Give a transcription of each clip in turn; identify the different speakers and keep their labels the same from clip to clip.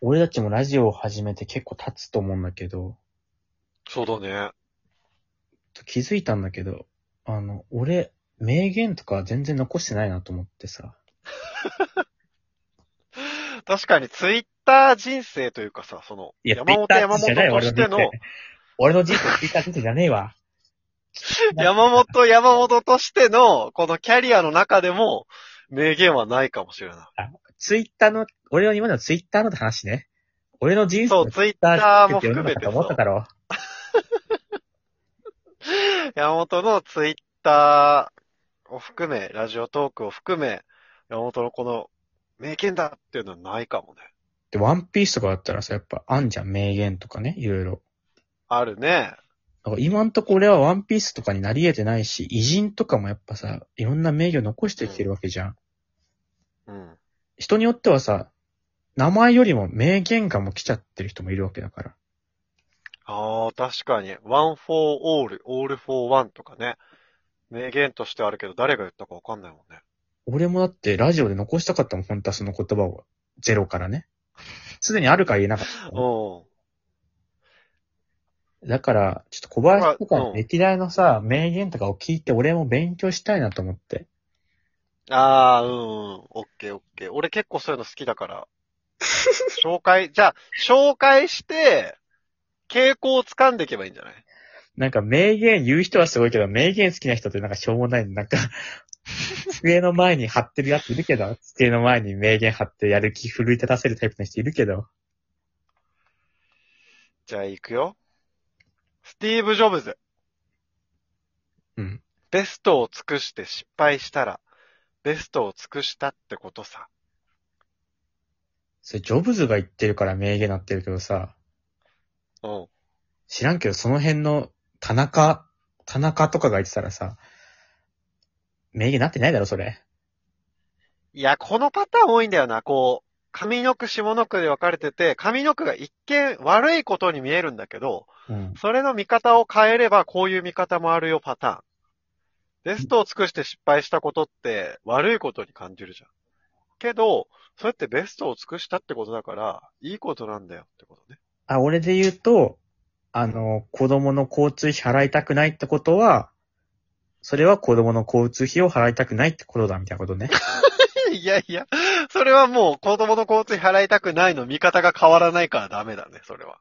Speaker 1: 俺たちもラジオを始めて結構経つと思うんだけど、
Speaker 2: そうだね。
Speaker 1: 気づいたんだけど、あの、俺、名言とか全然残してないなと思ってさ。
Speaker 2: 確かにツイッター人生というかさ、その、
Speaker 1: いや
Speaker 2: 山本
Speaker 1: Twitter
Speaker 2: 山
Speaker 1: じゃない
Speaker 2: 本としての、
Speaker 1: 俺の人生、ツイッター人生じゃねえわ。
Speaker 2: 山本山本としての、このキャリアの中でも、名言はないかもしれな
Speaker 1: ツイッターの、俺の今のツイッターの話ね。俺の人
Speaker 2: い。
Speaker 1: 生
Speaker 2: そ
Speaker 1: の
Speaker 2: う、
Speaker 1: ツ
Speaker 2: ツイッ
Speaker 1: イッ
Speaker 2: タ
Speaker 1: タ
Speaker 2: ー
Speaker 1: ー
Speaker 2: も
Speaker 1: って世の
Speaker 2: 含め
Speaker 1: 中
Speaker 2: て
Speaker 1: と思った
Speaker 2: さ
Speaker 1: だろ。
Speaker 2: 山本のツイッターを含め、ラジオトークを含め、山本のこの、名言だっていうのはないかもね。
Speaker 1: で、ワンピースとかだったらさ、やっぱあんじゃん、名言とかね、いろいろ。
Speaker 2: あるね。
Speaker 1: だから今んとこ俺はワンピースとかになり得てないし、偉人とかもやっぱさ、いろんな名言を残してきてるわけじゃん。
Speaker 2: うん。
Speaker 1: 人によってはさ、名前よりも名言がもう来ちゃってる人もいるわけだから。
Speaker 2: ああ、確かに。one for all, all for one とかね。名言としてあるけど、誰が言ったかわかんないもんね。
Speaker 1: 俺もだってラジオで残したかったもん、本当はその言葉を。ゼロからね。すでにあるから言えなかった。
Speaker 2: うん。
Speaker 1: だから、ちょっと小林とか
Speaker 2: まあう
Speaker 1: の
Speaker 2: ん
Speaker 1: 歴代のさ、名言とかを聞いて俺も勉強したいなと思って。
Speaker 2: ああ、うん、うん。オッケーオッケー。俺結構そういうの好きだ から。紹介、じゃあ、紹介して、傾向を掴んでいけばいいんじゃない
Speaker 1: なんか名言言う人はすごいけど、名言好きな人ってなんかしょうもない、なんか、 机の前に貼ってるやついるけど、机の前に名言貼ってやる気奮い立たせるタイプの人いるけど、
Speaker 2: じゃあ、行くよ。スティーブ・ジョブズ。
Speaker 1: うん。
Speaker 2: ベストを尽くして失敗したら、ベストを尽くしたってことさ。
Speaker 1: それジョブズが言ってるから名言なってるけどさ、
Speaker 2: うん。
Speaker 1: 知らんけどその辺の田中、田中とかが言ってたらさ、名言なってないだろ、それ。
Speaker 2: いや、このパターン多いんだよな。こう、上の句、下の句で分かれてて、上の句が一見悪いことに見えるんだけど、
Speaker 1: うん。
Speaker 2: それの見方を変えればこういう見方もあるよパターン。ベストを尽くして失敗したことって悪いことに感じるじゃん。けど、それってベストを尽くしたってことだから、いいことなんだよってことね。
Speaker 1: あ、俺で言うと、あの、子供の交通費払いたくないってことは、それは子供の交通費を払いたくないってことだ、みたいなこと ね。
Speaker 2: いやいや、それはもう子供の交通費払いたくないの見方が変わらないからダメだね、それは。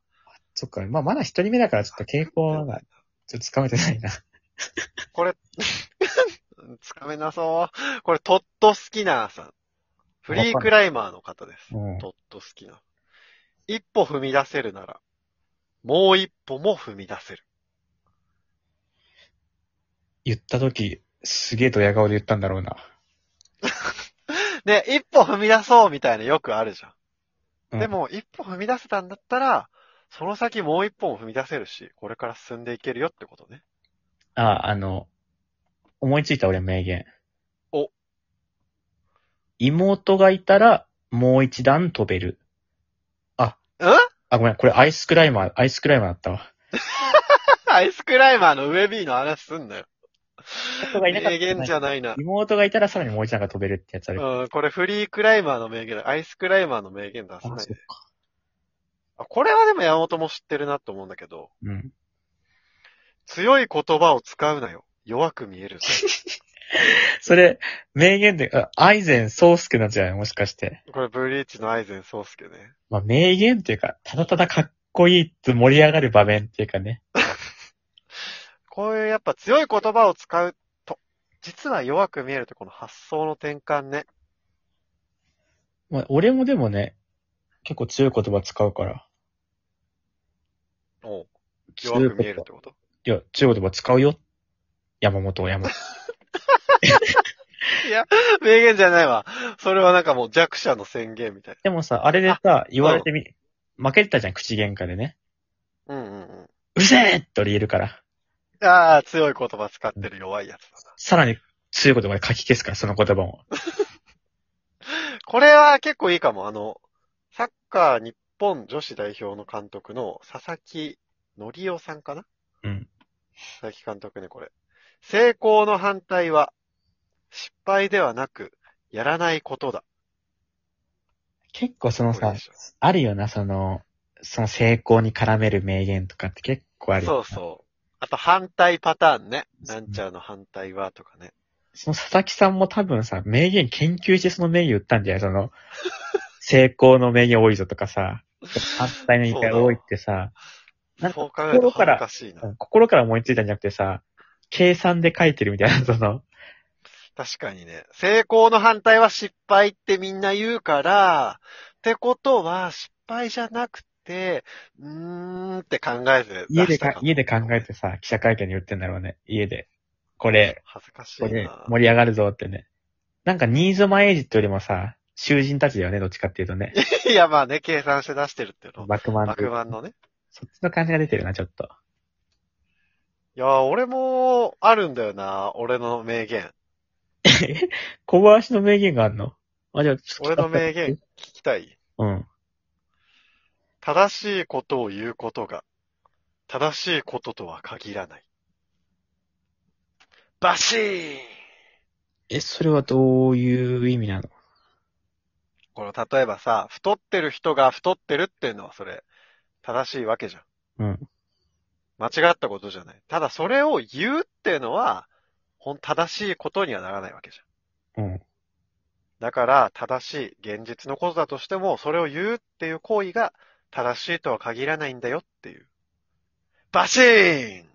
Speaker 1: そっか、まあ、まだ一人目だからちょっと傾向が、ちょっとつかめてないな。
Speaker 2: これ、 つかめなそう。これ、トットスキナーさん。フリークライマーの方です。
Speaker 1: うん。
Speaker 2: トットスキナー。一歩踏み出せるなら、もう一歩も踏み出せる。
Speaker 1: 言った時、すげえドヤ顔で言ったんだろうな。
Speaker 2: で、一歩踏み出そうみたいなよくあるじゃ。
Speaker 1: うんん
Speaker 2: でも、一歩踏み出せたんだったら、その先もう一歩も踏み出せるし、これから進んでいけるよってことね。
Speaker 1: あ、あの、思いついた俺名言。
Speaker 2: お。
Speaker 1: 妹がいたら、もう一段飛べる。
Speaker 2: ん
Speaker 1: あ、ごめん、これアイスクライマー、アイスクライマーだったわ。
Speaker 2: アイスクライマーの上 B の話すんなよ。
Speaker 1: 妹がいなかった
Speaker 2: 名言じゃないな。
Speaker 1: 妹がいたらさらにもう一段が飛べるってやつある。
Speaker 2: うん、これフリークライマーの名言だ。アイスクライマーの名言出さ
Speaker 1: あ
Speaker 2: ない
Speaker 1: そっ
Speaker 2: で。
Speaker 1: か。
Speaker 2: あこれはでも山本も知ってるなと思うんだけど、
Speaker 1: うん。
Speaker 2: 強い言葉を使うなよ。弱く見えるぞ。
Speaker 1: それ、名言で、あアイゼン・ソースケなんじゃないもしかして。
Speaker 2: これブリーチのアイゼンソースケね。
Speaker 1: まあ、名言っていうか、ただただかっこいいって盛り上がる場面っていうかね。
Speaker 2: こういうやっぱ強い言葉を使うと、実は弱く見えるってこの発想の転換ね。
Speaker 1: まあ、俺もでもね、結構強い言葉使うから。
Speaker 2: おう弱く見えるってこと
Speaker 1: いや、強い言葉使うよ。山本を 山本。
Speaker 2: 名言じゃないわ。それはなんかもう弱者の宣言みたい
Speaker 1: でもさ、あれでさ、言われてみ、負けてたじゃん、口喧嘩でね。
Speaker 2: な。うんうん
Speaker 1: うぜえって俺言えるから。
Speaker 2: うん。ああ、強い言葉使ってる弱いやつだな。
Speaker 1: さらに強い言葉で書き消すから、その言葉を。
Speaker 2: これは結構いいかも。あの、サッカー日本女子代表の監督の佐々木則夫さんかな
Speaker 1: うん。
Speaker 2: 佐々木監督ね、これ。成功の反対は、失敗ではなく、やらないことだ。
Speaker 1: 結構その
Speaker 2: これ
Speaker 1: さ
Speaker 2: でしょ、
Speaker 1: あるよな、その、その成功に絡める名言とかって結構あるよ
Speaker 2: そ
Speaker 1: な
Speaker 2: うそう。あと反対パターンね。なんちゃらの反対はとかね。
Speaker 1: その佐々木さんも多分さ、名言研究してその名言言ったんじゃないその、 成功の名言多いぞとかさ、反対の言い方多いってさ、なんか
Speaker 2: そう考えると恥ずかしいな。
Speaker 1: 心から思いついたんじゃなくてさ、計算で書いてるみたいな、その、
Speaker 2: 確かにね。成功の反対は失敗ってみんな言うから、ってことは失敗じゃなくて、うーんって考えず
Speaker 1: 家
Speaker 2: 出
Speaker 1: で
Speaker 2: した
Speaker 1: か
Speaker 2: か、も
Speaker 1: 家で考えてさ、記者会見に言ってんだろうね。家で。これ、
Speaker 2: 恥ずかしい
Speaker 1: これ
Speaker 2: な。
Speaker 1: 盛り上がるぞってね。なんか、新妻エイジってよりもさ、囚人たちだよね、どっちかっていうと ね。
Speaker 2: いや、まあね、計算して出してるっていうの。
Speaker 1: バクマンってい
Speaker 2: 爆
Speaker 1: う。
Speaker 2: 満のね。
Speaker 1: そっちの感じが出てるな、ちょっと。
Speaker 2: いや、俺もあるんだよな。俺の名言。
Speaker 1: 小林の名言があんのあ、じゃあ、ちょっ
Speaker 2: 俺
Speaker 1: と
Speaker 2: の名言。聞きた い。
Speaker 1: うん。
Speaker 2: 正しいことを言うことが、正しいこととは限らない。バシーン
Speaker 1: え、それはどういう意味なの
Speaker 2: この、例えばさ、太ってる人が太ってるっていうのはそれ、正しいわけじゃん。
Speaker 1: うん。
Speaker 2: 間違ったことじゃない。ただそれを言うっていうのは、ほん、正しいことにはならないわけじゃん。
Speaker 1: うん。
Speaker 2: だから、正しい、現実のことだとしても、それを言うっていう行為が、正しいとは限らないんだよっていう。バシーン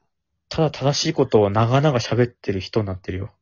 Speaker 1: ただ正しいことを長々喋ってる人になってるよ。